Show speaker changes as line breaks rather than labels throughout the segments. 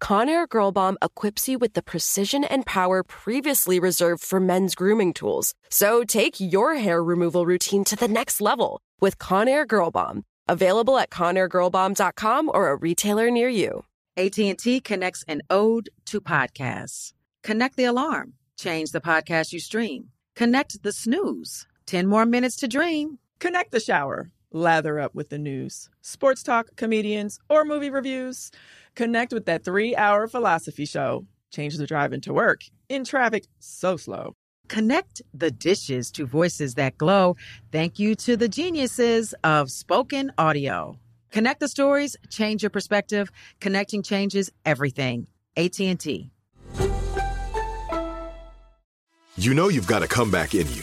Conair Girl Bomb equips you with the precision and power previously reserved for men's grooming tools. So take your hair removal routine to the next level with Conair Girl Bomb. Available at conairgirlbomb.com or a retailer near you.
AT&T connects an ode to podcasts. Connect the alarm, change the podcast you stream. Connect the snooze, 10 more minutes to dream.
Connect the shower. Lather up with the news, sports talk, comedians, or movie reviews. Connect with that three hour philosophy show. Change the drive into work in traffic so slow.
Connect the dishes to voices that glow. Thank you to the geniuses of spoken audio. Connect the stories, change your perspective. Connecting changes everything. AT&T.
You know you've got a comeback in you.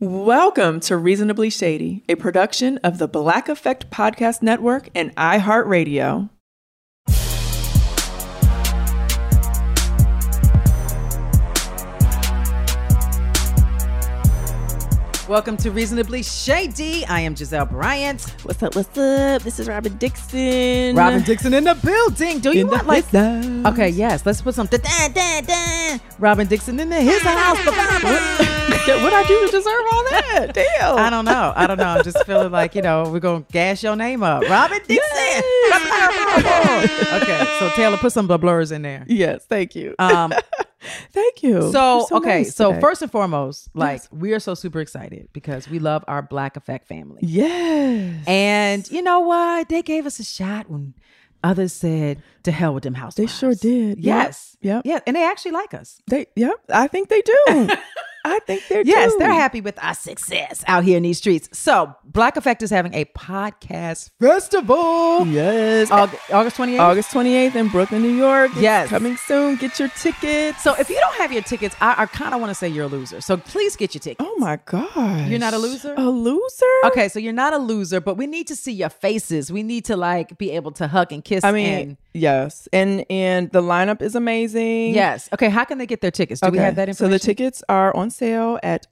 Welcome to Reasonably Shady, a production of the Black Effect Podcast Network and iHeartRadio.
Welcome to Reasonably Shady. I am Giselle Bryant.
What's up? What's up? This is Robin Dixon.
Robin Dixon in the building. Do you
in the
want like
house.
Okay, yes. Let's put some da, da, da, da. Robin Dixon in the his house.
what I do to deserve all that? Damn.
I don't know. I don't know. I'm just feeling like, you know, we're going to gas your name up. Robin Dixon. okay, so Taylor, put some blurs in there.
Yes, thank you.
Um,
Thank you.
so,
You're so
okay,
nice
so
today.
first and foremost, like
Yes.
we are so super excited because we love our Black Effect family.
Yes.
And you know what? They gave us a shot when others said, to hell with them
they
housewives.
sure did. Yep.
Yes.
Yep.
Yeah. And they actually like us.
They yep. I think they do. I think they do.
Yes, they're happy with our success out here in these streets. So, Black Effect is having a podcast festival.
Yes.
Aug- August 28th.
August 28th in Brooklyn, New York. It's
Yes.
Coming soon. Get your tickets.
So, if you don't have your tickets, I, I kind of want to say you're a loser. So, please get your tickets.
Oh my gosh.
You're not a loser?
A loser?
Okay, so you're not a loser, but we need to see your faces. We need to like be able to hug and kiss.
I mean,
and-
yes. And and the lineup is amazing.
yes. Okay, how can they get their tickets? Do we
mm. Okay.
have that information?
So the tickets are on sale at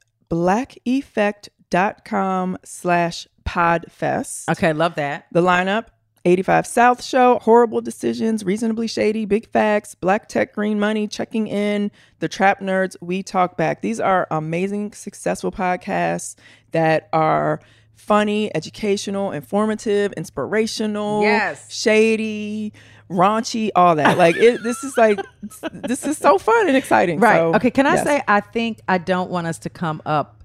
blackeffect.com slash podfest.
Okay, love that.
The lineup 85 South Show, Horrible Decisions, Reasonably Shady, Big Facts, Black Tech Green Money, Checking In, The Trap Nerds, We Talk Back. These are amazing, successful podcasts that are funny, educational, informative, inspirational,
Yes.
shady, raunchy, all that. Like, it, this is like, this is so fun and exciting.
Right.
So,
okay, can I
yes.
say I think I don't want us to come up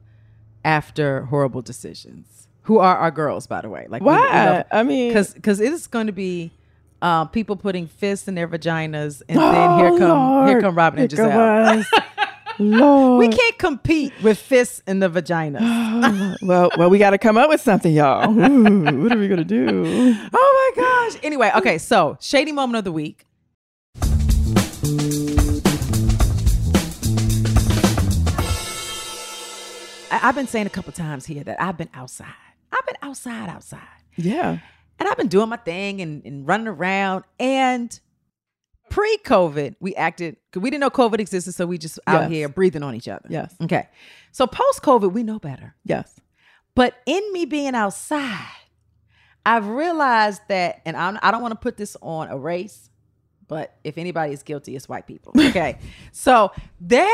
after horrible decisions. Who are our girls, by the way? Like we- we
Why?
love-
I mean,
because because it is going to be uh,
Oh,
people putting fists in their vaginas, and then here come here come Robin and Giselle.
Lord.
We can't compete with fists in the vagina.
well, well, we got to come up with something, y'all. Ooh, what are we gonna do?
Oh my gosh. Anyway, okay, so shady moment of the week. I- I've been saying a couple times here that I've been outside. I've been outside, outside.
Yeah.
And I've been doing my thing and, and running around. And pre COVID, we acted, because we didn't know COVID existed. So we just out
Yes.
here breathing on each other.
Yes.
Okay. So post COVID, we know better.
Yes.
But in me being outside, I've realized that, and I'm, I don't want to put this on a race, but if anybody is guilty, it's white people. Okay. so they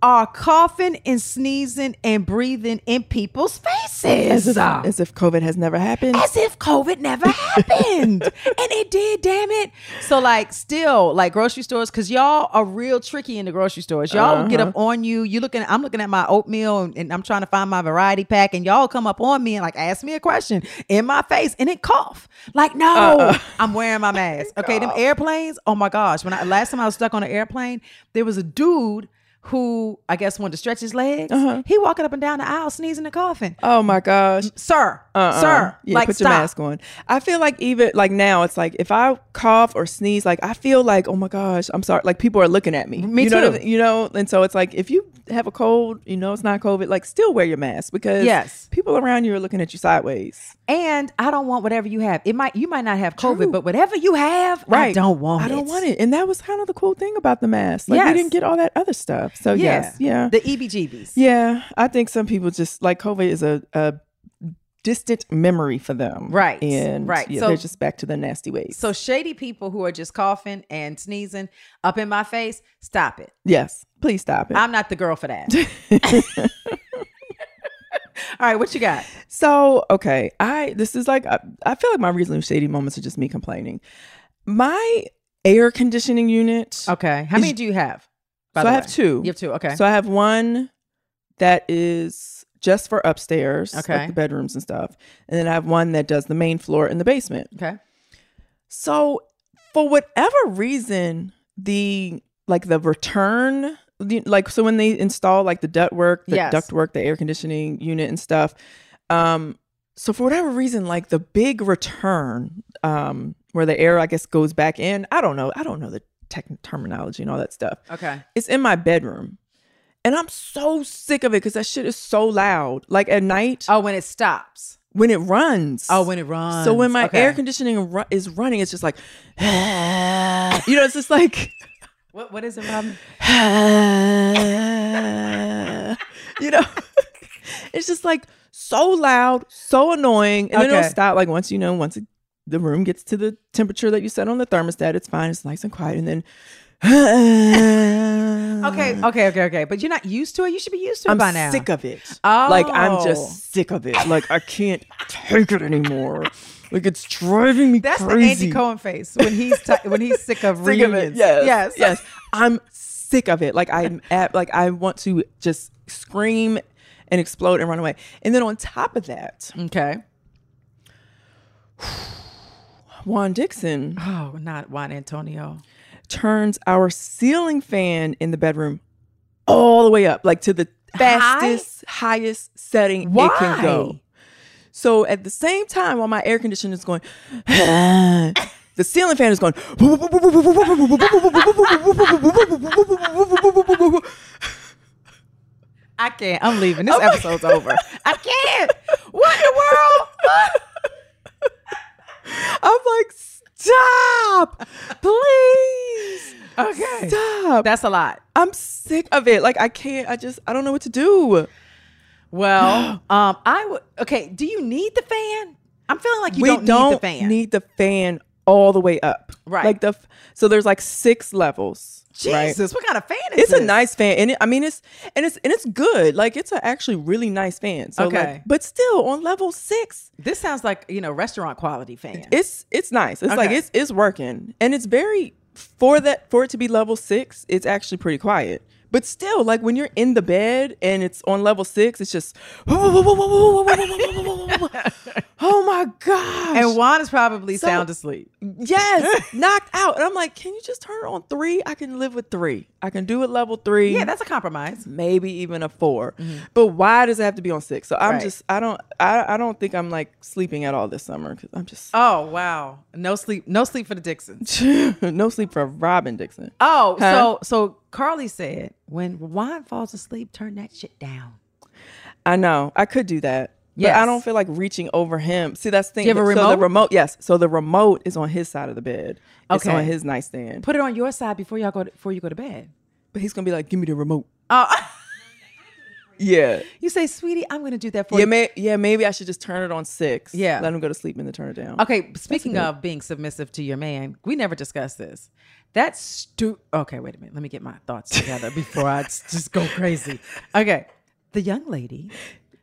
are coughing and sneezing and breathing in people's faces.
As if, as if COVID has never happened.
As if COVID never happened. and it did, damn it. So, like, still, like grocery stores, because y'all are real tricky in the grocery stores. Y'all will get up
Uh-huh.
on you. You looking, I'm looking at my oatmeal and, and I'm trying to find my variety pack, and y'all come up on me and like ask me a question in my face and it cough. Like, no,
Uh-uh.
I'm wearing my mask. Okay, them airplanes, oh my gosh. When I last time I was stuck on an airplane, there was a dude. Who I guess wanted to stretch his legs.
Uh-huh.
He walking up and down the aisle, sneezing and coughing.
Oh my gosh.
Sir,
Uh-uh.
sir,
yeah,
like
put
stop.
your mask on. I feel like even like now, it's like if I cough or sneeze, like I feel like oh my gosh, I'm sorry. Like people are looking at me.
Me
you Know what
too.
I mean? You know, and so it's like if you have a cold, you know it's not COVID. Like still wear your mask because
Yes.
people around you are looking at you sideways.
And I don't want whatever you have. It might you might not have COVID, but whatever you have, I don't want.
I don't want it. And that was kind of the cool thing about the mask. Like
Yes.
we didn't get all that other stuff. So
Oh, Yeah.
yes, yeah,
The E EBGBs.
yeah. I think some people just like COVID is a. a distant memory for them
Right,
and
right.
yeah,
So-
they're just back to their nasty ways
So shady people who are just coughing and sneezing up in my face, stop it.
Yes. Please stop it.
I'm not the girl for that. All right, what you got?
so, okay. I, this is like, I, I feel like my reasonably shady moments are just me complaining. My air conditioning unit.
Okay. How
Is-
many do you have? Oh, by
So
the
I have
way?
two.
You have two. Okay.
So I have one that is just for upstairs,
Okay.
like the bedrooms and stuff. And then I have one that does the main floor and the basement.
okay.
So, for whatever reason, the like the return, the- like so when they install like the duct work, the
Yes.
duct work, the air conditioning unit and stuff. Um, so for whatever reason, like the big return, um, where the air I guess goes back in. I don't know. I don't know the tech terminology and all that stuff.
Okay.
It's in my bedroom, and I'm so sick of it because that shit is so loud. Like at night
Oh, when it stops.
when it runs.
Oh, when it runs.
So when my
Okay.
air conditioning ru- is running, it's just like, you know, it's just like,
What what is it, Robin?
you know, it's just like so loud, so annoying, and then
Okay.
it'll stop. Like once you know, once it, the room gets to the temperature that you set on the thermostat, it's fine. It's nice and quiet, and then.
Okay, okay, okay, okay. But you're not used to it. You should be used to it
I'm
by now.
sick of it.
Oh.
Like I'm just sick of it. Like I can't take it anymore. Like it's driving me
That's
crazy.
the Andy Cohen face when he's ti when he's sick of
sick of
reunions.
it. Yes,
yes,
yes, I'm sick of it. Like I'm at, like I want to just scream and explode and run away. And then on top of that,
Okay.
Juan Dixon
Oh, not Juan Antonio.
turns our ceiling fan in the bedroom all the way up, like to the fastest, highest setting it can go. So at the same time, while my air conditioner is going, the ceiling fan is going.
I can't. I'm leaving. This episode's over. I can't. What in the world?
I'm like, stop, please.
Okay.
Stop.
That's a lot.
I'm sick of it. Like I can't. I just. I don't know what to do.
Well, um, I would. Okay. Do you need the fan? I'm feeling like you
we
don't, need the fan.
need the fan all the way up.
Right.
Like the. f- So there's like six levels. right?
Jesus, what kind of fan is
It's
this?
a nice fan, and it, I mean it's and it's and it's good. Like it's a actually really nice fan. So
Okay.
like, but still on level six,
This sounds like you know restaurant quality fan.
it's it's nice. It's like
Okay.
it's it's working, and it's very for that for it to be level six. It's actually pretty quiet. But still, like when you're in the bed and it's on level six, it's just, oh my gosh.
And Juan is probably
So-
sound asleep.
Yes, knocked out. And I'm like, can you just turn it on three? I can live with three. I can do it level three.
Yeah, that's a compromise.
maybe even a 4 But why does it have to be on six? So I'm
Right.
just I don't I, I don't think I'm like sleeping at all this summer because I'm just
Oh wow, no sleep, no sleep for the Dixons.
no sleep for Robin Dixon.
Oh,
Huh?
so so Carly said when Juan falls asleep, turn that shit down.
I know I could do that. But
Yes.
I don't feel like reaching over him. See, that's the thing.
Do you have a
So the
remote?
remote, yes. So the remote is on his side of the bed. It's
Okay.
on his nightstand.
Put it on your side before y'all go to, before you go to bed.
But he's gonna be like, "Give me the remote."
Oh,
Yeah,
you say, sweetie, I'm gonna do that for
yeah,
you.
may, yeah. Maybe I should just turn it on six.
Yeah.
let him go to sleep and then turn it down.
Okay, speaking of being submissive to your man, we never discussed this. That's stu. Okay, wait a minute. Let me get my thoughts together before I s- just go crazy. Okay, the young lady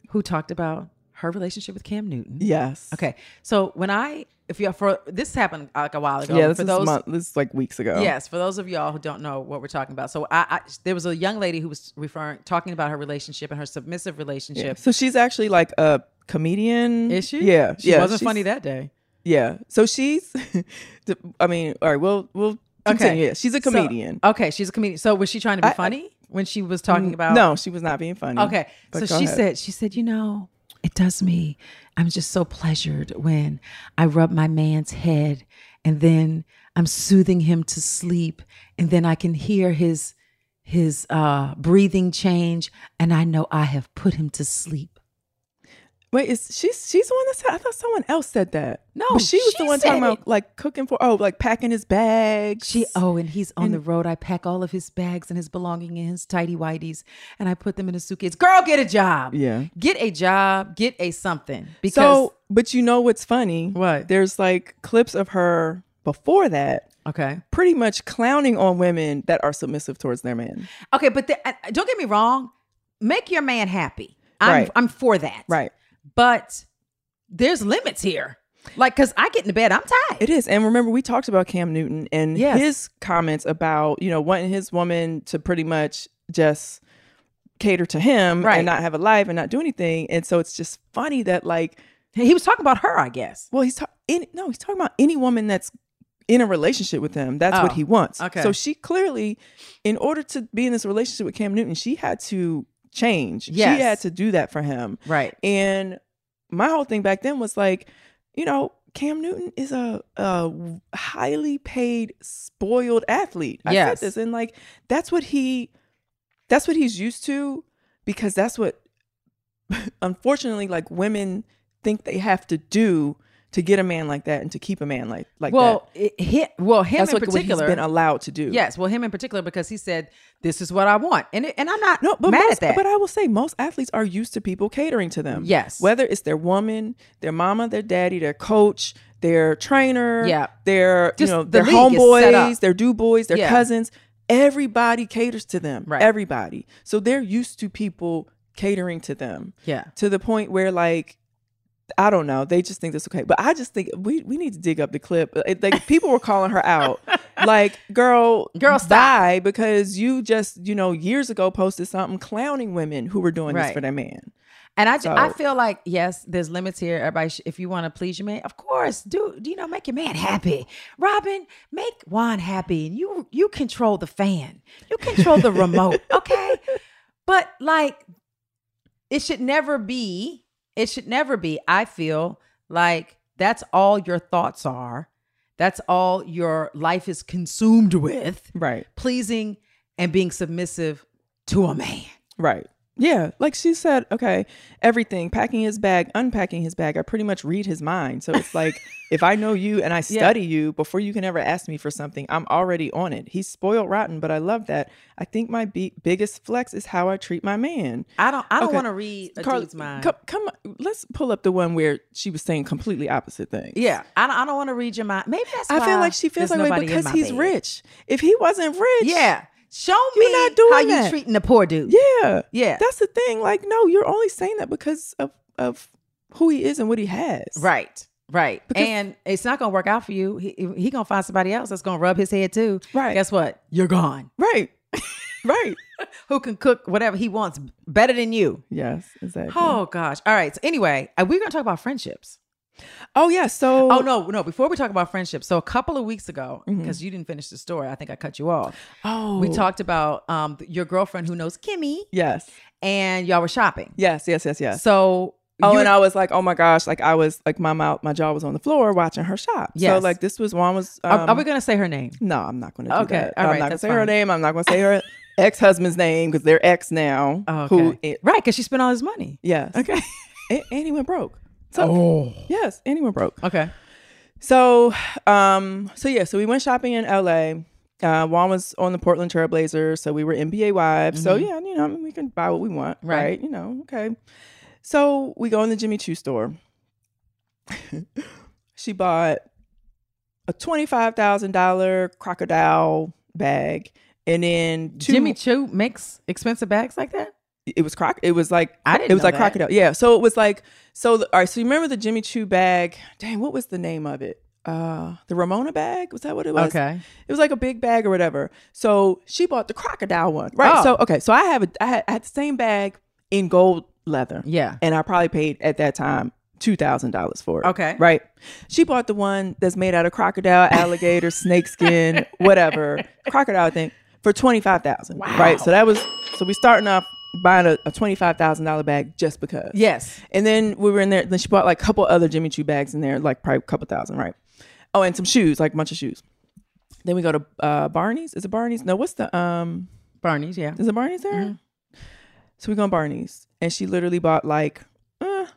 who talked about her relationship with Cam Newton.
Yes.
Okay, so when I, if you for this happened like a while ago.
Yeah, this
Um, for
is
those
month, this is like weeks ago.
Yes, for those of y'all who don't know what we're talking about, so I, I there was a young lady who was referring talking about her relationship and her submissive
Yeah.
relationship.
So she's actually like a comedian.
Is she?
Yeah.
she
yeah,
wasn't
she's-
funny that day.
Yeah. So she's, the- I mean, all right, we'll we'll continue. Yeah, she's a
So-
comedian.
okay, she's a comedian. So was she trying to be
I- I-
funny when she was talking about?
no, she was not being funny.
Okay.
Mm-hmm. But
so
go
she
ahead.
said, she said, you know, it does me. I'm just so pleasured when I rub my man's head and then I'm soothing him to sleep and then I can hear his his uh breathing change and I know I have put him to sleep.
"Wait, is she's she's the one that said? I thought someone else said that.
No,
but she was
she
the one talking
said
about
it.
like cooking for oh, like packing his bags.
She oh, and he's on the road. I pack all of his bags and his belonging and his tidy whities and I put them in a suitcase. Girl, get a job.
Yeah.
Get a job. Get a something. Because
so, but you know what's funny?
What?
There's like clips of her before that,
okay.
pretty much clowning on women that are submissive towards their men.
Okay, but the, uh, don't get me wrong. Make your man happy. I'm
Right.
I'm for that.
Right.
But there's limits here. Like, cause I get into bed, I'm tired.
It is. And remember, we talked about Cam Newton and
Yes.
his comments about, you know, wanting his woman to pretty much just cater to him
Right.
and not have a life and not do anything. And so it's just funny that, like,
he was talking about her, I guess.
well, he's talking, no, he's talking about any woman that's in a relationship with him. That's what
Oh,
he wants.
okay.
So she clearly, in order to be in this relationship with Cam Newton, she had to change.
Yes.
She had to do that for him.
Right.
And my whole thing back then was like, you know, Cam Newton is a, a highly paid, spoiled athlete. I
Yes.
said this, and like that's what he, that's what he's used to, because that's what, unfortunately, like women think they have to do to get a man like that and to keep a man like like
well,
that.
it, hi- well, him
That's
in
what, what he's
particular.
been allowed to do.
yes, well, him in particular because he said this is what I want, and it, and I'm not
No, but
mad
most,
at that.
But I will say most athletes are used to people catering to them.
Yes.
Whether it's their woman, their mama, their daddy, their coach, their trainer,
Yeah.
their
Just
you know,
the
their
league is set up.
homeboys, their do boys, their
Yeah.
cousins. Everybody caters to them.
Right.
Everybody. So they're used to people catering to them
yeah,
to the point where like I don't know. They just think that's okay. But I just think we, we need to dig up the clip. Uh, It- like people were calling her out. Like, girl,
Girl, stop.
bye, because you just, you know, years ago posted something clowning women who were doing
Right.
this for their man.
and I ju- I
So-
feel like yes, there's limits here. Everybody, sh- if you want to please your man, of course, do do you know make your man happy, Robin? Make Juan happy, and you you control the fan, you control the remote, okay? But like, it should never be. It should never be. I feel like that's all your thoughts are. That's all your life is consumed with,
Right.
pleasing and being submissive to a man.
Right. Yeah. Like she said, okay, everything, packing his bag, unpacking his bag, I pretty much read his mind. So it's like, if I know you and I study you before you can ever ask me for something, I'm already on it. He's spoiled rotten, but I love that. I think my be- biggest flex is how I treat my man.
I don't. I don't
Okay.
want to read a dude's mind.
Come, come, on, let's pull up the one where she was saying completely opposite things.
Yeah, I don't, I don't want to read your mind. Maybe that's.
I feel
why
like she feels
there's
that way
nobody in
because
my
he's
bed.
rich. If he wasn't rich,
Yeah, show me
You're not doing
how you
that.
treating the poor dude.
yeah,
Yeah.
That's the thing. Like, no, you're only saying that because of of who he is and what he has.
right, right.
Because-
and it's not gonna work out for you. He he gonna find somebody else that's gonna rub his head too.
Right.
Guess what? You're gone.
Right. Right.
who can cook whatever he wants better than you.
Yes, exactly. Oh,
Oh gosh. All right. So anyway, uh, we're gonna talk about friendships.
yeah. So
Oh no, no. Before we talk about friendships, so a couple of weeks ago, because you didn't finish the story, I think I cut you off.
Mm-hmm. Oh.
We talked about um th- your girlfriend who knows Kimmy,
Yes.
and y'all were shopping.
Yes, yes, yes, yes.
So
Oh,
you-
and I was like, oh my gosh, like I was like my mouth, my jaw was on the floor watching her shop. So
Yes.
like this was one was. Um,
are, are we gonna say her name?
No, I'm not going to.
Okay,
that.
all
I'm
right,
not going to
that's
say her
fine.
name. I'm not going to say her ex husband's name because they're ex now.
Oh,
Who?
okay. right? Because she spent all his money.
yes.
Okay. Oh.
And, and he went broke. So, Yes, and he went broke.
Okay.
So, um, so yeah, so we went shopping in LA. Uh, Juan was on the Portland Trailblazers, so we were NBA wives. So yeah, you know, I mean, we can buy what we want, right.
Right.
You know, okay. So we go in the Jimmy Choo store. she bought a twenty five thousand dollar crocodile bag, and then two,
Jimmy Choo makes expensive bags like that.
it was croc. It was like
I didn't
It was
know
like
that.
crocodile. Yeah. So it was like so. The, all right. So you remember the Jimmy Choo bag? Dang, what was the name of it? Uh, the Ramona bag was that what it was?
Okay.
It was like a big bag or whatever. So she bought the crocodile one, right?
Oh.
So okay. So I have a I had, I had the same bag in gold leather.
Yeah.
And I probably paid at that time two thousand dollars for it.
Okay.
Right. She bought the one that's made out of crocodile, alligator, snakeskin, whatever crocodile thing for twenty five thousand. Wow. Right. So that was so we starting off buying a, a twenty five thousand dollar bag just because.
Yes.
And then we were in there. Then she bought like a couple other Jimmy Choo bags in there, like probably a couple thousand, right? Oh, and some shoes, like a bunch of shoes. Then we go to uh, Barney's. Is it Barney's? No, what's the um?
Barney's. Yeah.
Is it Barney's there? Mm-hmm. So we go to Barney's, and she literally bought like uh,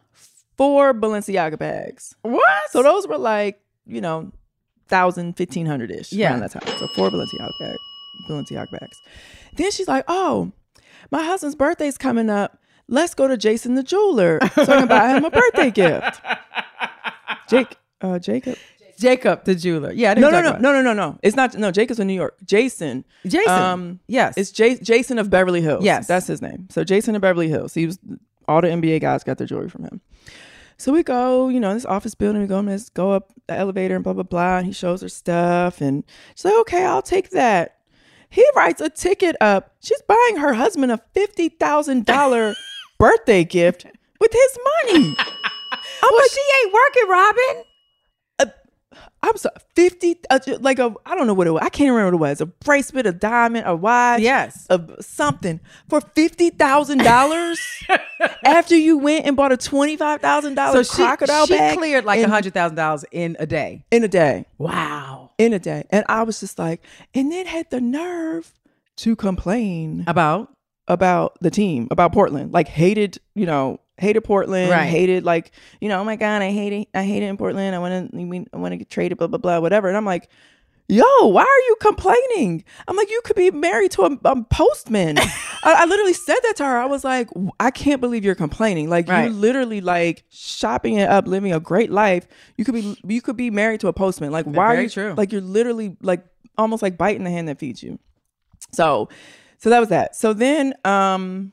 four Balenciaga bags.
What?
So those were like you know, thousand fifteen hundred ish.
Yeah.
around that time. So four Balenciaga bag, Balenciaga bags. Then she's like, "Oh, my husband's birthday's coming up. Let's go to Jason the jeweler so I can buy him a birthday gift." Jake, uh, Jacob.
Jacob the jeweler. Yeah. I
No,
didn't
no,
talk
no,
about
no, no, no, no. It's not. No, Jacob's in New York. Jason.
it. Jason.
Um,
yes.
It's J- Jason of Beverly Hills.
Yes.
that's his name. So Jason of Beverly Hills. He was all the NBA guys got their jewelry from him. So we go, you know, this office building. We go, in this, go up the elevator and blah blah blah. And he shows her stuff, and she's like, "Okay, I'll take that." He writes a ticket up. She's buying her husband a fifty thousand dollar birthday gift with his money. I'm
well,
like,
she ain't working, Robin.
I'm sorry, fifty, uh, ju- like a, I don't know what it was. I can't remember what it was. A bracelet, a diamond, a watch,
Yes.
a something for fifty thousand dollars. after you went and bought a twenty five thousand
So
dollars
she,
crocodile
she
bag,
cleared like
in-
a hundred thousand dollars in a day.
in a day,
Wow.
in a day, and I was just like, and then had the nerve to complain
About
about the team, about Portland. Like hated, you know, hated Portland.
Right.
Hated like, you know, oh my God, I hate it. I hate it in Portland. I wanna we- I wanna get traded, blah, blah, blah, whatever. And I'm like, yo, why are you complaining? I'm like, you could be married to a, a postman. I, I literally said that to her. I was like, w- I can't believe you're complaining. Like
Right.
you literally like shopping it up, living a great life. You could be you could be married to a postman. Like why are
Very
you
true.
like you're literally like almost like biting the hand that feeds you. So, so that was that. So then, um,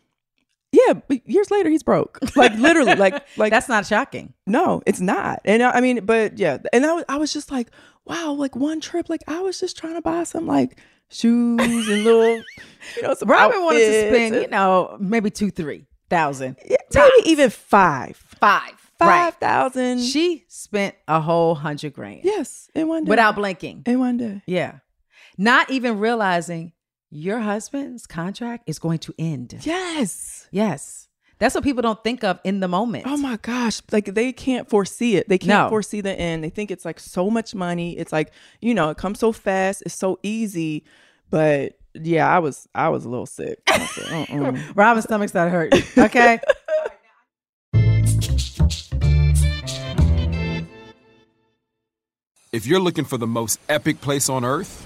yeah, but years later he's broke. Like literally, like like
that's not shocking.
no, it's not. And I, I mean, but yeah, and I was I was just like, wow, like one trip, like I was just trying to buy some like shoes and little, you know, some
Robin wanted to
outfits
spend,
and-
you know, maybe two, three thousand.
yeah, maybe even five,
Five.
five thousand.
Right. She spent a whole hundred grand.
yes, in one day,
Without blinking.
in one day.
Yeah. Not even realizing your husband's contract is going to end.
Yes.
Yes. That's what people don't think of in the moment.
Oh my gosh. Like they can't foresee it. They can't
No.
foresee the end. They think it's like so much money. It's like, you know, it comes so fast. It's so easy. But yeah, I was I was uh-uh. a little sick. I said, "Mm-mm."
Robin's stomach started hurting. Okay.
If you're looking for the most epic place on earth,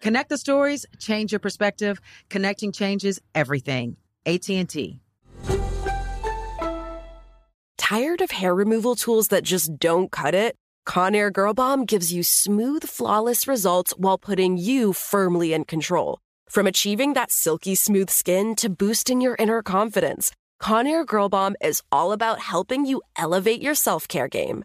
Connect the stories, change your perspective. Connecting changes everything. AT&T.
Tired of hair removal tools that just don't cut it? Conair Girl Bomb gives you smooth, flawless results while putting you firmly in control. From achieving that silky smooth skin to boosting your inner confidence, Conair Girl Bomb is all about helping you elevate your self-care game.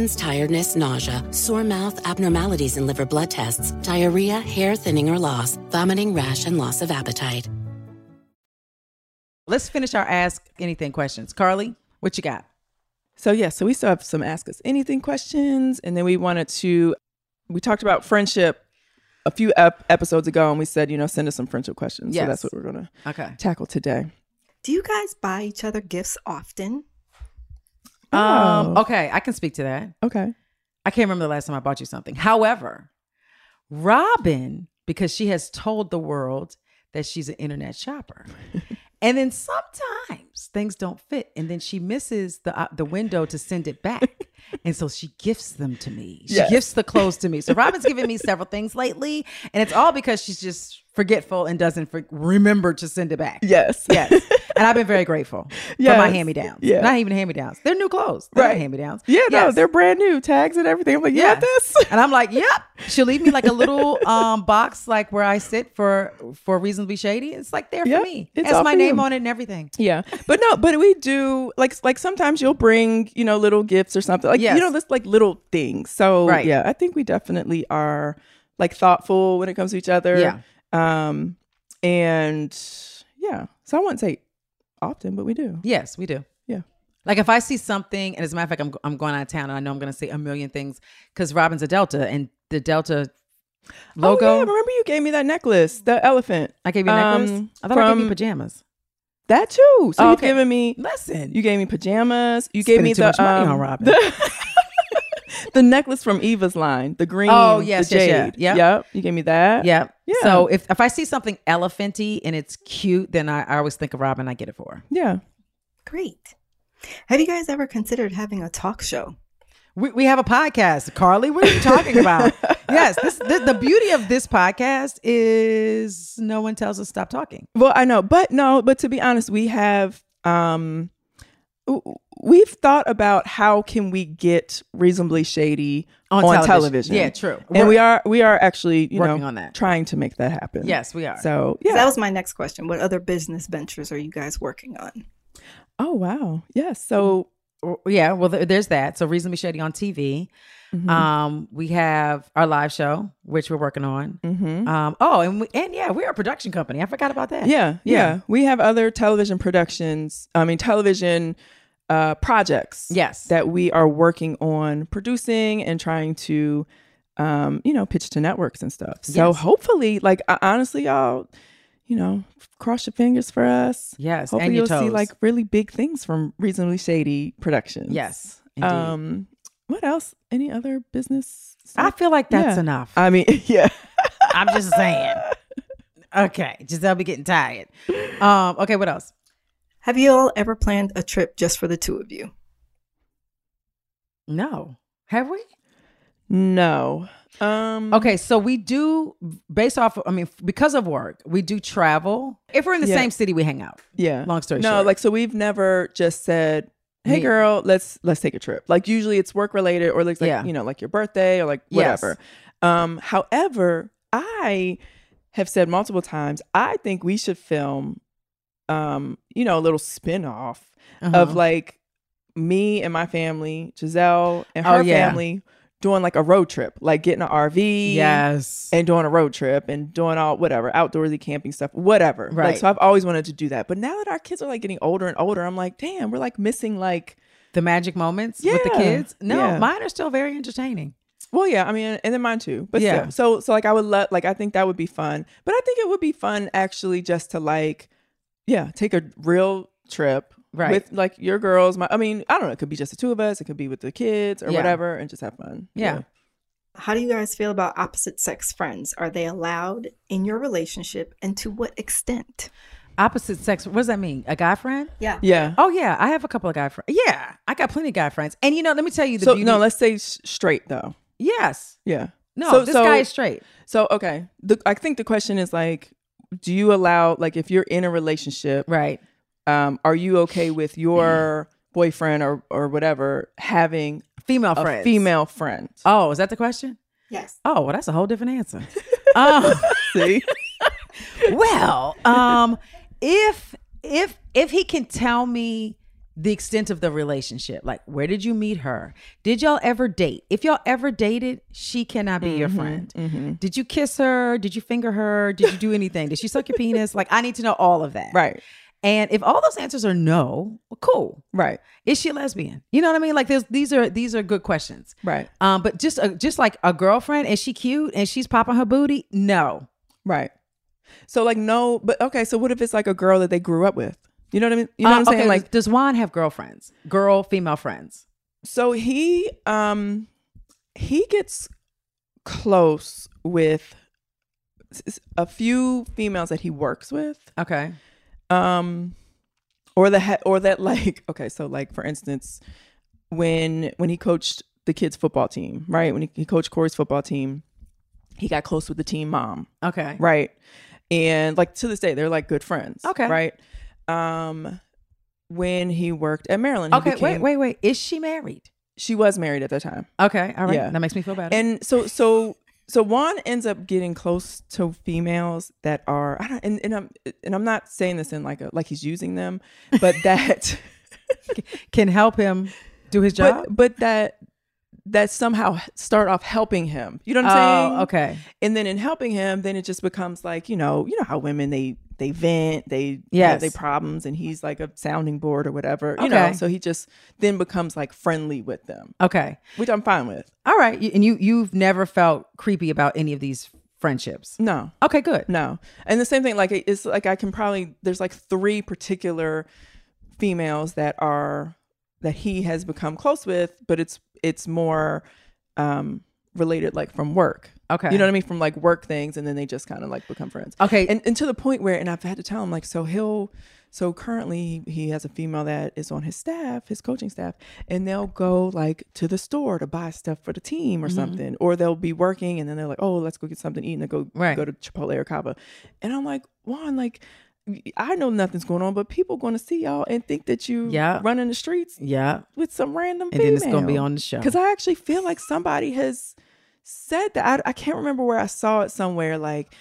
tiredness, nausea, sore mouth, abnormalities in liver blood tests, diarrhea, hair thinning or loss, vomiting, rash, and loss of appetite.
Let's finish our ask anything questions. Carly, what you got?
So yeah, so we still have some ask us anything questions, and then we wanted to we talked about friendship a few ep- episodes ago, and we said you know send us some friendship questions. So
Yes.
that's what we're gonna
Okay.
tackle today.
Do you guys buy each other gifts often?
Um,
Oh.
okay, I can speak to that.
okay.
I can't remember the last time I bought you something. However, Robin, because she has told the world that she's an internet shopper. and then sometimes things don't fit and then she misses the uh, the window to send it back. and so she gifts them to me. She
Yes.
gifts the clothes to me. So Robin's given me several things lately and it's all because she's just forgetful and doesn't for- remember to send it back.
Yes.
Yes. And I've been very grateful for my
Yes.
hand me downs.
Yeah.
Not even hand me downs. They're new clothes. They're
Right.
not hand me downs.
Yeah, no, they're brand new tags and everything. I'm like, yeah, this.
And I'm like, yep. She'll leave me like a little um box like where I sit for for reasonably shady. It's like there
Yep,
for me.
it's
It's Has
all
my
for
name
you.
on it and everything.
Yeah, but no, but we do like like sometimes you'll bring you know little gifts or something like
Yes.
you know this like little things. So
Right.
yeah, I think we definitely are like thoughtful when it comes to each other.
Yeah.
Um, and yeah, so I wouldn't say often, but we do.
Yes, we do.
Yeah.
Like if I see something, and as a matter of fact, I'm I'm going out of town, and I know I'm going to say a million things because Robin's a Delta, and the Delta logo.
Oh, yeah, remember you gave me that necklace, the elephant. Um,
I gave you a necklace? I thought I gave you pajamas.
That too. So
Oh,
you've
okay.
given me.
Listen.
you gave me pajamas. You gave
Spending
me
too
the
much money
um,
on Robin.
The, the necklace from Eva's line, the green.
Oh, yes,
the
yes,
jade.
yeah. Yep.
yep. You gave me that.
Yeah.
Yeah.
So if, if I see something elephanty and it's cute, then I, I always think of Robin. I get it for her.
yeah.
Great. Have you guys ever considered having a talk show?
We, we have a podcast, Carly. What are you talking about? yes, this, the, the beauty of this podcast is no one tells us stop talking.
Well, I know, but no, but to be honest, we have um w- we've thought about how can we get reasonably shady
On
on,
television.
television.
Yeah, true.
And
We're-
we are we are actually you
Working
know,
on that.
trying to make that happen.
Yes, we are.
So
Yeah.
yeah.
That was my next question. What other business ventures are you guys working on?
oh wow. Yes. So
yeah, well, there- there's that. So reasonably shady on TV.
mhm.
Um, we have our live show, which we're working on.
Mhm.
Um, oh, and we, and yeah, we're a production company. I forgot about that.
Yeah, yeah, We have other television productions, I mean, television uh, projects.
Yes.
That we are working on producing and trying to, um, you know, pitch to networks and stuff. So
Yes.
hopefully, like, I, honestly, y'all, you know, cross your fingers for us.
Yes,
Hopefully,
and your
you'll see
toes.
like really big things from Reasonably Shady Productions.
Yes, indeed.
Um, what else? Any other business?
I
stuff?
feel like that's
Yeah.
enough.
I mean, yeah.
I'm just saying. Okay, Giselle be getting tired. Um, okay, what else?
Have you all ever planned a trip just for the two of you?
No, have we?
Mm-hmm. No. Um,
Okay, so we do based off. I mean, because of work, we do travel. If we're in the
Yeah.
same city, we hang out.
Yeah.
Long story
no,
short.
like so we've never just said, "Hey,
Me-
girl, let's let's take a trip." Like usually it's work related or like, like,
Yeah.
you know like your birthday or like
Yes.
whatever. Um, however, I have said multiple times I think we should film, um, you know, a little spin off
Uh-huh.
of like me and my family, Giselle and
Oh,
her
yeah.
family doing like a road trip, like getting an RV,
yes,
and doing a road trip and doing all whatever outdoorsy camping stuff, whatever.
Right.
Like, so I've always wanted to do that, but now that our kids are like getting older and older, I'm like, damn, we're like missing like.
the magic moments with the
Yeah,
kids. No,
yeah.
mine are still very entertaining.
Well, yeah, I mean, and then mine too. But
Yeah.
yeah, so so like I would love, like I think that would be fun. But I think it would be fun actually just to like, yeah, take a real trip.
Right.
With like your girls, my I mean, I don't know, it could be just the two of us, it could be with the kids or
Yeah.
whatever, and just have fun.
Yeah.
How do you guys feel about opposite sex friends? Are they allowed in your relationship and to what extent?
Opposite sex. What does that mean? A guy friend?
Yeah.
Yeah.
Oh yeah, I have a couple of guy friends. Yeah, I got plenty of guy friends. And you know, let me tell you the
so
beauty.
no, let's say s straight though.
yes.
Yeah.
No,
So-
this
so-
guy is straight.
So okay, the, I think the question is like, do you allow like if you're in a relationship,
Right.
um, are you okay with your boyfriend or or whatever having
Female
a
friends.
female friend?
Oh, is that the question?
Yes.
Oh, well, that's a whole different answer. um,
See,
well, um, if if if he can tell me the extent of the relationship, like where did you meet her? Did y'all ever date? If y'all ever dated, she cannot be your
Mm-hmm,
friend. Did you kiss her? Did you finger her? Did you do anything? did she suck your penis? Like I need to know all of that.
right,
And if all those answers are no, well, cool.
right,
Is she a lesbian? You know what I mean? Like there's these are these are good questions.
right,
Um, but just a, just like a girlfriend, is she cute and she's popping her booty? No.
right. So like no, but okay. So what if it's like a girl that they grew up with? You know what I mean? You know
Uh,
what I'm saying?
okay,
like
does Juan have girlfriends? Girl, female friends.
so he um he gets close with s- s- a few females that he works with.
Okay.
um or the he- or that like okay so like for instance when when he coached the kids football team right when he, he coached corey's football team he got close with the team mom
Okay.
right and like to this day they're like good friends
Okay.
right um when he worked at maryland he
Okay.
became-
wait. Wait. Wait. Is she married?
she was married at that time
Okay. All right.
Yeah.
That makes me feel better.
and so so so Juan ends up getting close to females that are I don't and, and I'm and I'm not saying this in like a like he's using them, but that
can help him do his job.
but but that that somehow start off helping him. You know what
Oh,
I'm saying?
okay.
And then in helping him, then it just becomes like you know, you know how women they they vent, they yeah,
Yes.
they problems, and he's like a sounding board or whatever. You know,
Okay.
so he just then becomes like friendly with them,
Okay.
which I'm fine with.
All right. You- And you you've never felt creepy about any of these friendships.
No.
Okay, good.
No. And the same thing, like it- it's like I can probably there's like three particular females that are that he has become close with, but it's it's more um related like from work.
Okay.
You know what I mean? From like work things and then they just kind of like become friends.
Okay.
And and to the point where and I've had to tell him like so he'll so currently he has a female that is on his staff, his coaching staff, and they'll go like to the store to buy stuff for the team or
Mhm.
something. Or they'll be working and then they're like, Oh, let's go get something to eat and they go
Right.
go to Chipotle or Cava. And I'm like, Juan, like I know nothing's going on, but people gonna see y'all and think that you
Yeah.
running the streets
Yeah.
with some random
And then it's gonna be on the show.
because I actually feel like somebody has said that. I, I can't remember where I saw it somewhere. Like,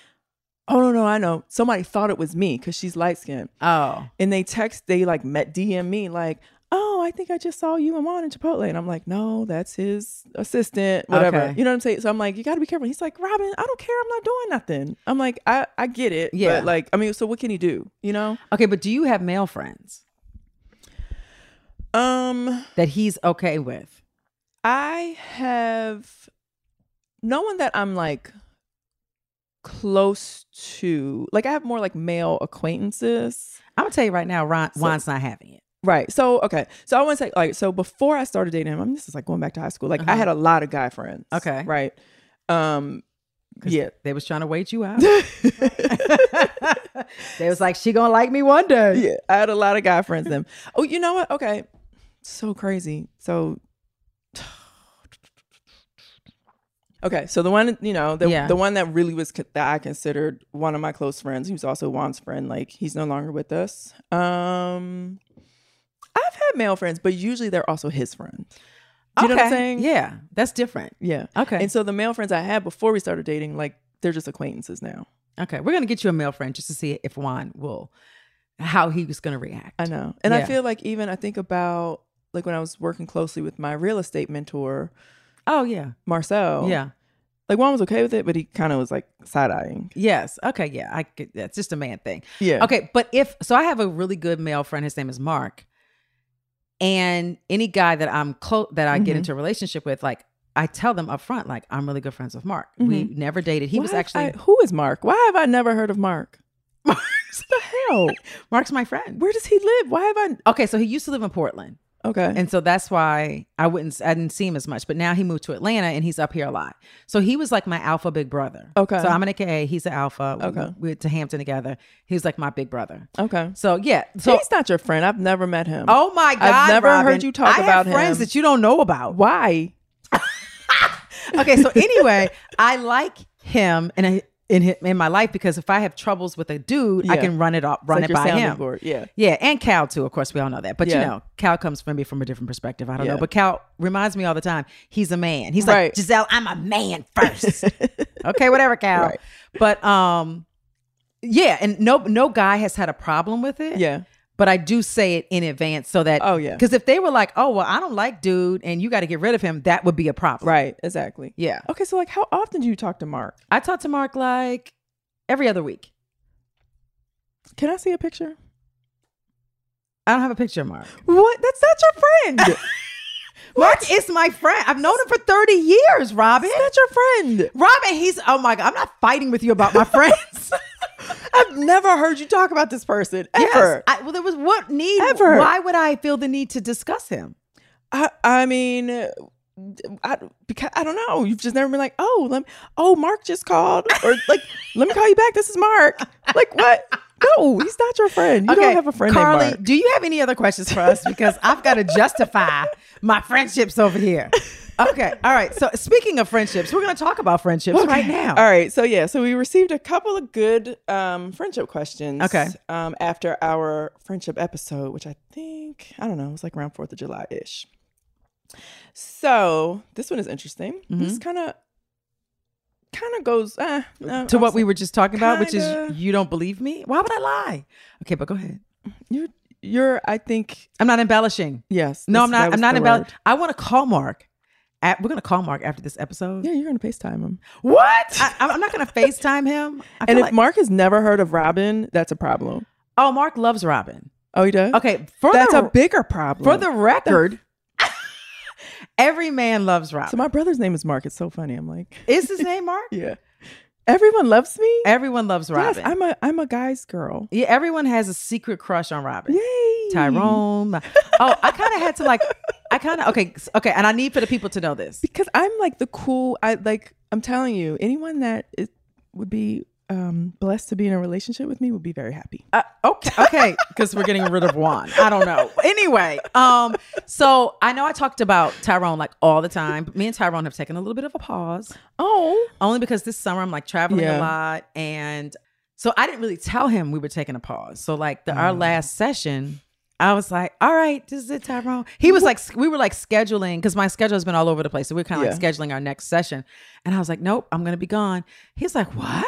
oh no, no, I know somebody thought it was me because she's light skinned
Oh.
and they text, they like met DM me like. Oh, I think I just saw you and Juan in Chipotle. And I'm like, no, that's his assistant, whatever.
Okay.
You know what I'm saying? So I'm like, you got to be careful. He's like, Robin, I don't care. I'm not doing nothing. I'm like, I, I get it.
Yeah.
But like, I mean, so what can he do? You know?
Okay, but do you have male friends
Um,
that he's okay with?
I have no one that I'm like close to. Like I have more like male acquaintances.
I'm gonna tell you right now, Ron,
So-
Juan's not having it.
Right. So okay. So I want to say like so before I started dating him, I mean, this is like going back to high school. Like I
Uh-huh.
had a lot of guy friends.
Okay.
Right. Um
'Cause
yeah.
They was trying to wait you out. they was like, she gonna like me one day.
yeah. I had a lot of guy friends then. Oh, you know what? Okay. So crazy. So Okay, so the one you know, the
Yeah.
the one that really was co- that I considered one of my close friends. He was also Juan's friend. Like he's no longer with us. Um, I've had male friends, but usually they're also his friends. Do you know what I'm
Okay.
saying?
Yeah, that's different.
yeah.
Okay.
And so the male friends I had before we started dating, like they're just acquaintances now.
Okay, we're gonna get you a male friend just to see if Juan will, how he was gonna react.
I know. And I
Yeah.
feel like even I think about like when I was working closely with my real estate mentor,
Oh yeah,
Marcel.
yeah,
Like Juan was okay with it, but he kind of was like side eyeing.
yes. Okay, yeah. I get that's just a man thing.
Yeah.
Okay, but if so, I have a really good male friend. His name is Mark, and any guy that I'm close that I get
Mhm.
into a relationship with, like I tell them up front, like I'm really good friends with Mark. We never dated. He was
Why have
actually
Mm-hmm. I- who is Mark? Why have I never heard of Mark? Mark's the hell?
Mark's my friend.
Where does he live? Why have I?
Okay, so he used to live in Portland.
Okay.
And so that's why I wouldn't I didn't see him as much. But now he moved to Atlanta and he's up here a lot. So he was like my alpha big brother.
Okay.
So I'm an AKA, he's an alpha. We-
Okay.
We went to Hampton together. He was like my big brother.
okay.
So yeah. So
he's not your friend. I've never met him.
Oh my God.
never heard
Robin,
you talk
I have
about him.
friends that you don't know about.
why?
okay, so anyway, I like him and I in, hi- in my life because if I have troubles with a dude, I
Yeah.
can run it off,
It's
run
like
it
your
by
sounding
him.
board. Yeah.
Yeah, and Cal too. Of course, we all know that. But
Yeah.
you know, Cal comes from me from a different perspective. I don't
Yeah.
know, but Cal reminds me all the time. He's a man. He's
Right.
like Giselle. I'm a man first. okay, whatever, Cal.
Right.
But um, yeah, and no, no guy has had a problem with it.
Yeah.
But I do say it in advance so that
Oh, yeah.
because if they were like, oh well, I don't like dude, and you got to get rid of him, that would be a problem.
Right. Exactly.
Yeah.
Okay. So like, how often do you talk to Mark?
I talk to Mark like every other week.
Can I see a picture?
I don't have a picture of Mark.
What? That's not your friend.
Mark is my friend. I've known him for 30 years, Robin.
That's your friend.
Robin, he's oh my god, I'm not fighting with you about my friends.
I've never heard you talk about this person ever.
Yes, I, well, there was what need?
Ever.
Why would I feel the need to discuss him?
I, I mean, uh, I, because I don't know. You've just never been like, oh, let me, oh, Mark just called, or like, let me call you back. This is Mark. Like what? No, he's not your friend. You don't have a friend
Carly.
named Mark.
Do you have any other questions for us? Because I've got to justify my friendships over here. Okay, all right. So speaking of friendships, we're going to talk about friendships right now.
All right. So yeah. So we received a couple of good um, friendship questions.
Okay.
Um, after our friendship episode, which I think I don't know, it was like around Fourth of July ish. So this one is interesting.
Mm-hmm.
This kind of kind of goes eh, no,
To
I'll
what
say-
we were just talking about, which
Kinda.
is you don't believe me. Why would I lie? Okay, but go ahead.
You're, you're. I think
I'm not embellishing.
yes.
No,
this-
I'm
that
not.
was
I'm not
the
embellishing.
word.
I want to call Mark At, we're gonna call Mark after this episode.
Yeah, you're gonna FaceTime him.
What? I, I'm I'm not gonna FaceTime him. I
and
feel
if
like-
Mark has never heard of Robin, that's a problem.
oh, Mark loves Robin.
Oh, he does.
Okay, for
that's
the-
a bigger problem.
For the record, every man loves Robin.
so my brother's name is Mark. It's so funny. I'm like,
Is his name Mark?
yeah, everyone loves me.
Everyone loves Robin.
Yes, I'm a I'm a guy's girl.
yeah, everyone has a secret crush on Robin.
Yay,
Tyrone. Oh, I kind of had to like, I kind of okay, s- okay, and I need for the people to know this.
Because I'm like the cool. I like. I'm telling you, anyone that is, would be um, blessed to be in a relationship with me would be very happy.
Uh, okay, okay, because we're getting rid of Juan. I don't know. Anyway, um, so I know I talked about Tyrone like all the time. But me and Tyrone have taken a little bit of a pause,
Oh,
only because this summer I'm like traveling a
Yeah.
lot, and so I didn't really tell him we were taking a pause. So like the,
Mm.
our last session. I was like, all right, this is it, Tyrone. He was like, we were like scheduling because my schedule has been all over the place. So we are kind of like
Yeah.
scheduling our next session. And I was like, nope, I'm going to be gone. He's like, what?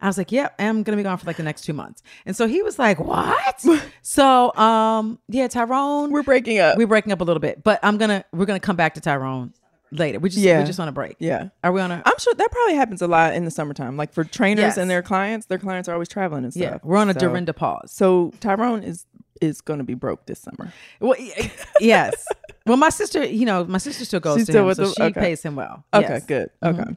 I was like, yep, I'm going to be gone for like the next two months. And so he was like, what? so, um, yeah, Tyrone,
we're breaking up.
we're breaking up a little bit, but I'm going to, we're going to come back to Tyrone later. We just,
Yeah.
we're just on a break.
yeah.
Are we on a,
I'm sure that probably happens a lot in the summertime. Like for trainers
Yes.
and their clients, their clients are always traveling and stuff.
yeah, we're on a
So-
Dorinda pause.
So Tyrone is is going to be broke this summer.
Well, y- yes. well, my sister, you know, my sister still goes
She's
to
still
him,
with
so
him?
she
Okay.
pays him well.
Okay,
Yes.
good.
Mhm.
Okay.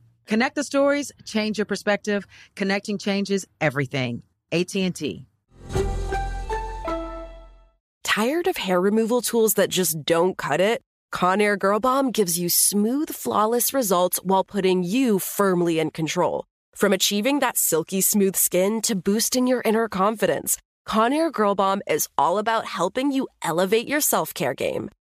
Connect the stories, change your perspective. Connecting changes everything. AT&T.
Tired of hair removal tools that just don't cut it? Conair Girl Bomb gives you smooth, flawless results while putting you firmly in control. From achieving that silky smooth skin to boosting your inner confidence, Conair Girl Bomb is all about helping you elevate your self-care game.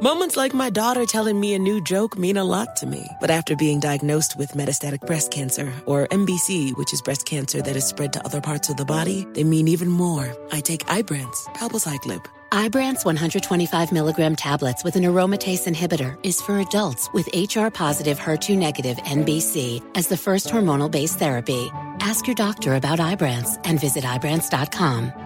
Moments like my daughter telling me a new joke mean a lot to me. But after being diagnosed with metastatic breast cancer, or MBC, which is breast cancer that is spread to other parts of the body, they mean even more. I take Ibrance, palbociclib.
Ibrance 125 milligram tablets with an aromatase inhibitor is for adults with HR positive, HER2 negative NBC as the first hormonal based therapy. Ask your doctor about Ibrance and visit Ibrance.com.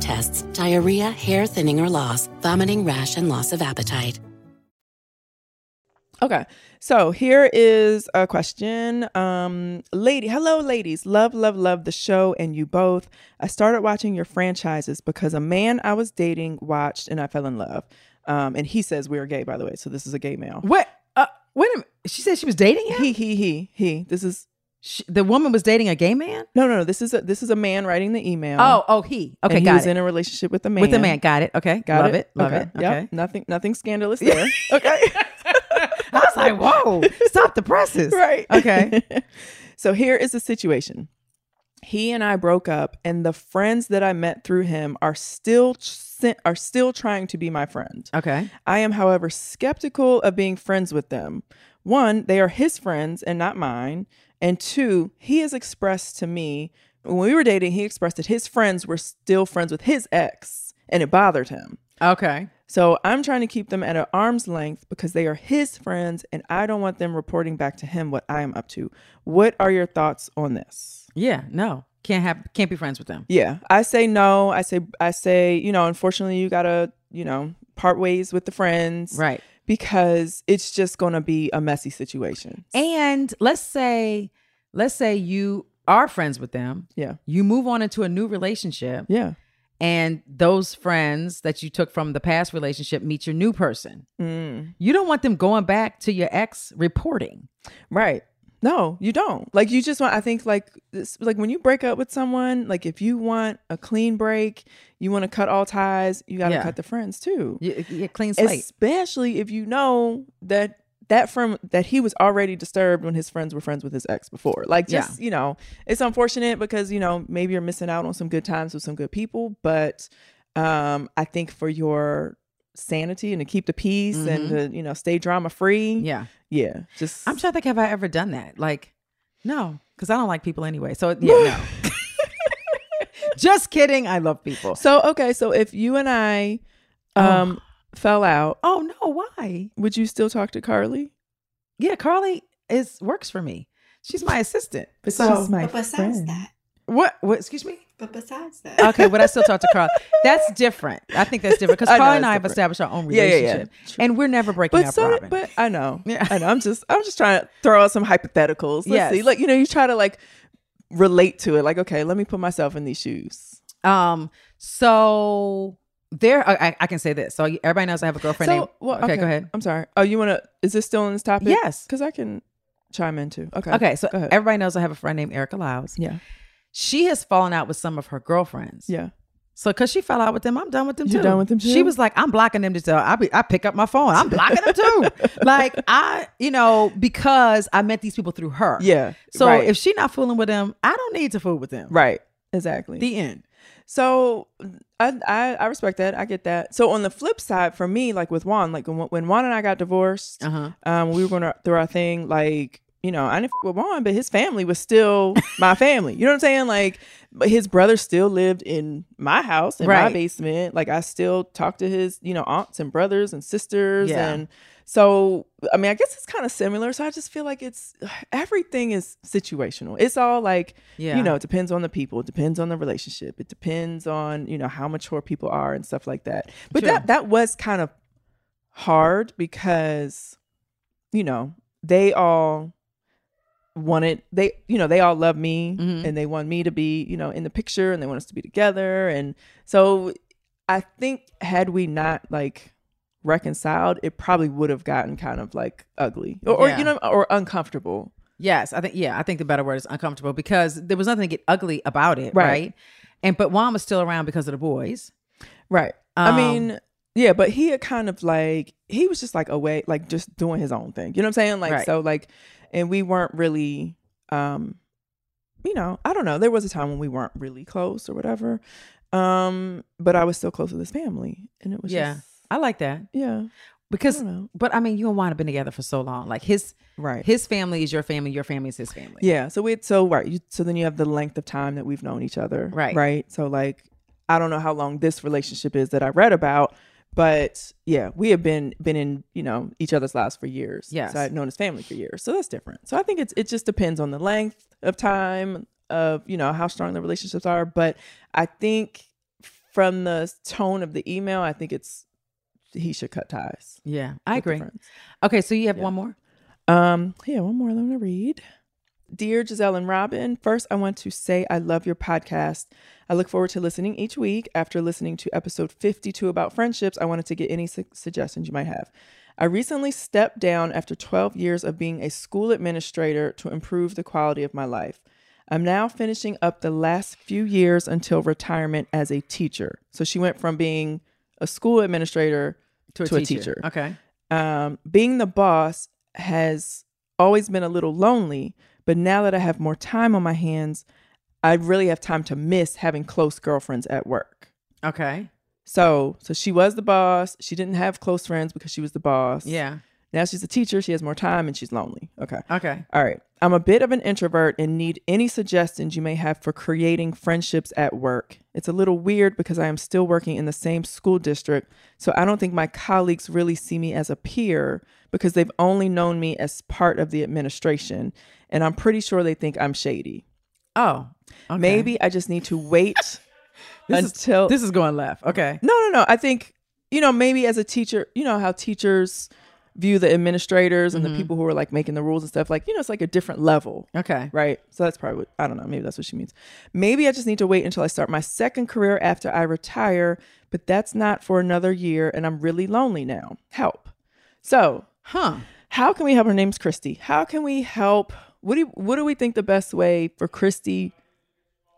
tests, diarrhea, hair thinning or loss, vomiting, rash, and loss of appetite.
Okay. So here is a question. Um, lady, hello, ladies. Love, love, love the show and you both. I started watching your franchises because a man I was dating watched and I fell in love. Um, and he says we are gay, by the way. So this is a gay male.
What? Uh, wait a minute. She said she was dating him.
He, he, he, he. This is
she, the woman was dating a gay man.
No, no, no. This is a this is a man writing the email.
Oh, oh, he. Okay,
And he
got
was
it.
in a relationship with a man.
With a man, got it. Okay,
Got
love it, love
Okay.
it.
Yep.
Okay.
Nothing, nothing scandalous there.
I was like, whoa, stop the presses.
Right.
Okay.
so here is the situation. He and I broke up, and the friends that I met through him are still ch- are still trying to be my friend.
Okay.
I am, however, skeptical of being friends with them. One, they are his friends and not mine. And two, he has expressed to me when we were dating, he expressed that his friends were still friends with his ex, and it bothered him.
Okay.
So I'm trying to keep them at an arm's length because they are his friends and I don't want them reporting back to him what I am up to. What are your thoughts on this?
Yeah. No. Can't have. Can't be friends with them.
Yeah, I say no. I say I say, you know, unfortunately you got to, you know, part ways with the friends.
Right.
Because it's just going to be a messy situation.
And let's say, let's say you are friends with them.
Yeah.
You move on into a new relationship.
Yeah.
And those friends that you took from the past relationship meet your new person.
Mm.
You don't want them going back to your ex reporting.
Right. No, you don't. Like you just want I think like this like when you break up with someone, like if you want a clean break, you want to cut all ties, you got to
Yeah.
cut the friends too.
You, clean slate.
Especially if you know that that from that he was already disturbed when his friends were friends with his ex before. Like just,
Yeah.
you know, it's unfortunate because, you know, maybe you're missing out on some good times with some good people, but um I think for your sanity and to keep the peace
Mhm.
and to, you know, stay drama free.
Yeah.
Yeah. Just
I'm trying to think have I ever done that? Like, no, because I don't like people anyway. So yeah, no. Just kidding. I love people.
So okay, so if you and I um fell out,
Oh no, why?
would you still talk to Carly?
Yeah, Carly is works for me. She's my assistant.
But
so
she's my
But besides
friend.
that,
what? What? Excuse me.
but besides that,
Okay, would I still talk to Carly? That's different. I think that's different
I
because
know,
Carly and
it's
I have
different.
established our own
Yeah, yeah, yeah.
relationship, and we're never breaking
But
up.
so,
Robin.
but I know, I know. I'm just, I'm just trying to throw out some hypotheticals. Let's
Yes.
see, like you know, you try to like relate to it. Like, okay, let me put myself in these shoes.
Um, so there, I, I- I can say this. So everybody knows I have a girlfriend.
So,
named,
well,
okay, go ahead.
I'm sorry. Oh, you want to? Is this still on this topic?
Yes.
because I can chime in too. Okay.
Okay, so
Go ahead.
everybody knows I have a friend named Erica Lyles.
Yeah.
She has fallen out with some of her girlfriends.
yeah.
So because she fell out with them, I'm done with them
You're
too.
done with them
She
too?
was like, I'm blocking them to I be, I pick up my phone. I'm blocking them too. like I, you know, because I met these people through her.
Yeah,
So
right.
if she not fooling with them, I don't need to fool with them.
Right. Exactly.
The end.
So I, I I respect that. I get that. So on the flip side, for me, like with Juan, like when, when Juan and I got divorced,
Uh-huh.
um, we were going to through our thing. Like you know, I didn't f- with Juan, but his family was still my family. You know what I'm saying? Like, but his brother still lived in my house in my
Right.
basement. Like I still talked to his you know aunts and brothers and sisters
Yeah.
and. So I mean I guess it's kind of similar. So I just feel like it's everything is situational. It's all like
Yeah.
you know, it depends on the people, it depends on the relationship, it depends on, you know, how mature people are and stuff like that. But
Sure.
that that was kind of hard because, you know, they all wanted they you know they all love me
Mhm.
and they want me to be you know in the picture and they want us to be together and so i think had we not like reconciled it probably would have gotten kind of like ugly or, or
Yeah.
you know or uncomfortable
Yes, I think yeah, I think the better word is uncomfortable because there was nothing to get ugly about it,
Right.
right? And but Juan was still around because of the boys.
right i
Um,
mean Yeah, but he had kind of like he was just like away, like just doing his own thing. You know what I'm saying? Like
Right.
so, like, and we weren't really, um, you know, I don't know. There was a time when we weren't really close or whatever, um, but I was still close with his family, and it was
yeah,
just-
I like that.
Yeah,
because but I mean, you and Juan have been together for so long. Like his
hmm. right,
his family is your family, your family is his family.
yeah. So we so right. You, so then you have the length of time that we've known each other,
Right.
Right. So like, I don't know how long this relationship is that I read about. But yeah, we have been been in you know each other's lives for years.
Yes.
so I've known his family for years, so that's different. So I think it's it just depends on the length of time of you know how strong the relationships are. But I think from the tone of the email, I think it's he should cut ties.
Yeah, I
with the
agree.
friends.
Okay, so you have one more.
Um, yeah, one more. I'm gonna read. Dear Giselle and Robin, first I want to say I love your podcast. I look forward to listening each week. After listening to episode 52 about friendships, I wanted to get any su- suggestions you might have. I recently stepped down after 12 years of being a school administrator to improve the quality of my life. I'm now finishing up the last few years until retirement as a teacher. So she went from being a school administrator
To a teacher. Okay.
um, being the boss has always been a little lonely, but now that I have more time on my hands, I really have time to miss having close girlfriends at work.
Okay.
So, so she was the boss. She didn't have close friends because she was the boss.
Yeah.
Now she's a teacher. She has more time and she's lonely. Okay.
Okay.
All right. I'm a bit of an introvert and need any suggestions you may have for creating friendships at work. It's a little weird because I am still working in the same school district, so I don't think my colleagues really see me as a peer because they've only known me as part of the administration, and I'm pretty sure they think I'm shady.
Oh.
Maybe I just need to wait
This is-
until
this is going left. Okay.
No, no, no. I think you know maybe as a teacher, you know how teachers view the administrators and
Mhm.
the people who are like making the rules and stuff. Like you know, it's like a different level.
Okay.
Right. So that's probably what, I don't know. Maybe that's what she means. Maybe I just need to wait until I start my second career after I retire, but that's not for another year, and I'm really lonely now. Help. So,
huh?
How can we help? Her name's Christy. How can we help? What do you, what do we think the best way for Christy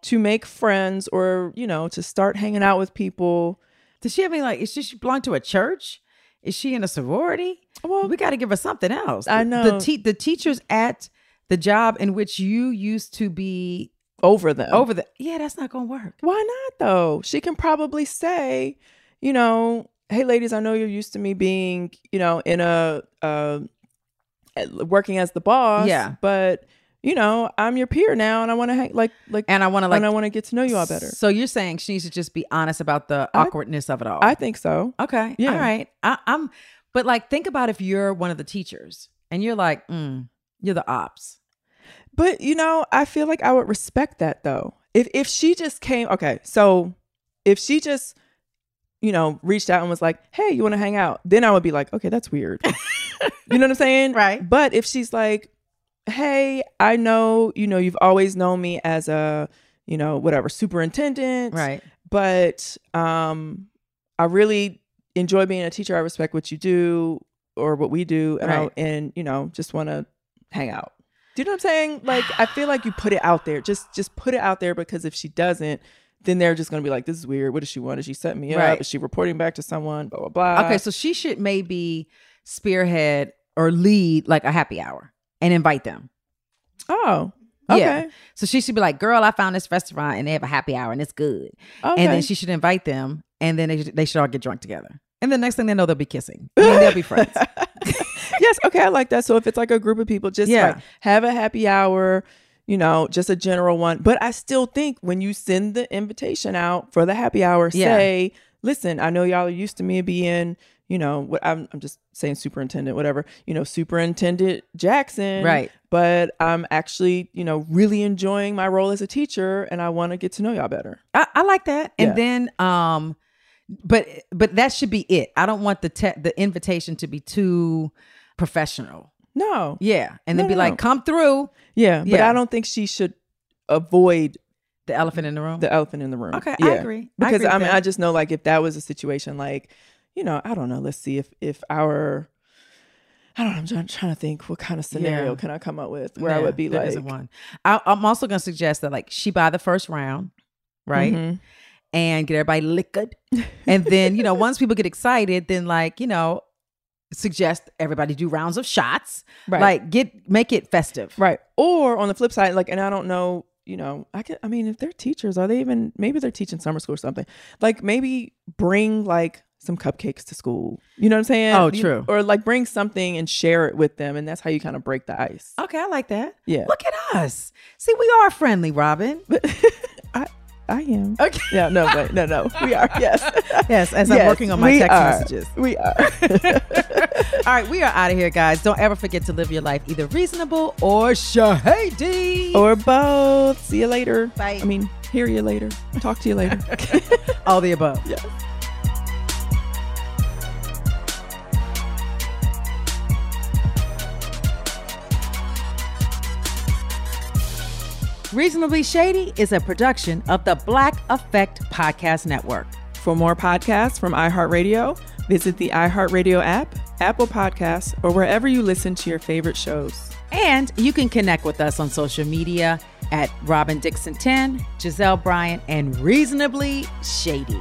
to make friends or you know to start hanging out with people?
Does she have any like? Is she, she belong to a church? Is she in a sorority? Well, we got to give her something else.
I
the
know.
te- the teachers at the job in which you used to be
over them.
Over the yeah, that's not gonna work.
Why not though? She can probably say, you know, hey ladies, I know you're used to me being, you know, in a uh at- working as the boss,
Yeah.
but you know, I'm your peer now and I want to hang like like and I want to
like-
and I want to get to know you all better.
So you're saying she needs to just be honest about the awkwardness of it all.
I think so.
Okay.
Yeah.
All right. I, I'm, but like, think about if you're one of the teachers and you're like, mm, you're the ops.
But you know, I feel like I would respect that though. If if she just came, okay, so if she just you know reached out and was like, "Hey, you want to hang out?" Then I would be like, "Okay, that's weird." you know what I'm saying? Right. But if she's like, "Hey, I know, you know, you've always known me as a, you know, whatever, superintendent."
Right.
But um I really enjoy being a teacher. I respect what you do or what we do and
Right.
I, and you know, just want to hang out. Do you know what I'm saying? Like I feel like you put it out there. Just just put it out there because if she doesn't, then they're just gonna be like, This is weird. What does she want? Is she setting me
Right.
up? Is she reporting back to someone? Blah blah blah.
okay. So she should maybe spearhead or lead like a happy hour and invite them.
Oh. Okay.
So she should be like, girl, I found this restaurant and they have a happy hour and it's good. And
Okay.
then she should invite them and then they, they should all get drunk together. And the next thing they know, they'll be kissing. I mean, they'll be friends.
yes, okay, I like that. So if it's like a group of people, just
Yeah.
like have a happy hour, you know, just a general one. But I still think when you send the invitation out for the happy hour,
Yeah.
say, listen, I know y'all are used to me being, you know, what I'm, I'm just saying superintendent, whatever, you know, superintendent Jackson.
Right.
But I'm actually, you know, really enjoying my role as a teacher and I want to get to know y'all better.
I, I like that. And
Yeah.
then um but but that should be it. I don't want the te- the invitation to be too professional.
No.
Yeah. And then
No,
be
no,
like,
no.
come through.
Yeah, but
Yeah.
I don't think she should avoid
the elephant in the room.
The elephant in the room.
Okay, I
yeah.
agree. I
Because
agree with
I, mean,
that.
I just know like if that was a situation, like you know, I don't know. Let's see if if our I don't know. I'm trying, trying to think what kind of scenario
Yeah.
can I come up with where I
Yeah,
would be
there
like
isn't one. I, I'm also gonna suggest that like she buy the first round, right?
Mhm.
and get everybody liquored. And then, you know, once people get excited, then like, you know, suggest everybody do rounds of shots.
Right.
Like get make it festive.
Right. Or on the flip side, like, and I don't know, you know, I could, I mean, if they're teachers, are they even, maybe they're teaching summer school or something. Like, maybe bring like some cupcakes to school. You know what I'm saying?
Oh,
You-
true.
or like bring something and share it with them. And that's how you kind of break the ice.
Okay, I like that.
Yeah.
Look at us. See, we are friendly, Robin.
I am. Okay. Yeah, no, but no, no. We are. Yes.
yes, as I'm
Yes,
working on my
we
text
are.
messages.
We are.
All right, we are out of here, guys. Don't ever forget to live your life either reasonable or shady.
Or both. See you later.
Bye.
I mean, hear you later. Talk to you later.
All the above.
Yes.
Reasonably Shady is a production of the Black Effect Podcast Network.
For more podcasts from iHeartRadio, visit the iHeartRadio app, Apple Podcasts, or wherever you listen to your favorite shows.
And you can connect with us on social media at Robin Dixon 10, Giselle Bryant, and Reasonably Shady.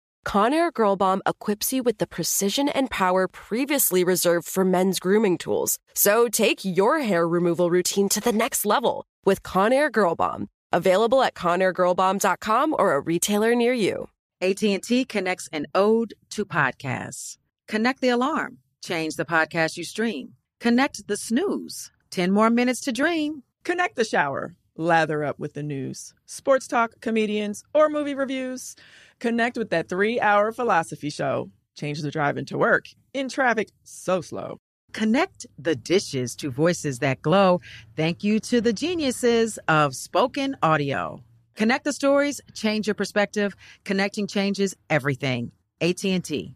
Conair Girl Bomb equips you with the precision and power previously reserved for men's grooming tools. So take your hair removal routine to the next level with Conair Girl Bomb. Available at conairgirlbomb.com or a retailer near you.
AT&T connects an ode to podcasts. Connect the alarm. Change the podcast you stream. Connect the snooze. 10 more minutes to dream.
Connect the shower. Lather up with the news, sports talk, comedians, or movie reviews. Connect with that three hour philosophy show. Change the drive into work in traffic so slow.
Connect the dishes to voices that glow. Thank you to the geniuses of spoken audio. Connect the stories, change your perspective. Connecting changes everything. AT&T.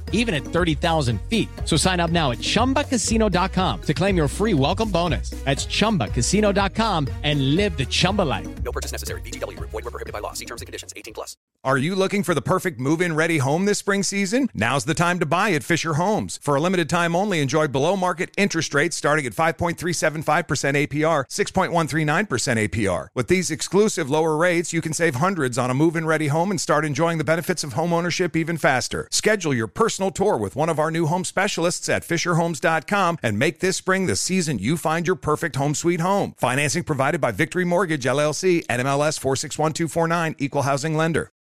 even at 30,000 feet. So sign up now at chumbacasino.com to claim your free welcome bonus. That's chumbacasino.com and live the Chumba life.
No purchase necessary. VGW Group. Void were prohibited by law. See terms and conditions. 18 plus.
Are you looking for the perfect move in ready home this spring season? Now's the time to buy at Fisher Homes. For a limited time only, enjoy below market interest rates starting at 5.375% APR, 6.139% APR. With these exclusive lower rates, you can save hundreds on a move in ready home and start enjoying the benefits of home ownership even faster. Schedule your personal tour with one of our new home specialists at FisherHomes.com and make this spring the season you find your perfect home sweet home. Financing provided by Victory Mortgage, LLC, NMLS 461249, Equal Housing Lender.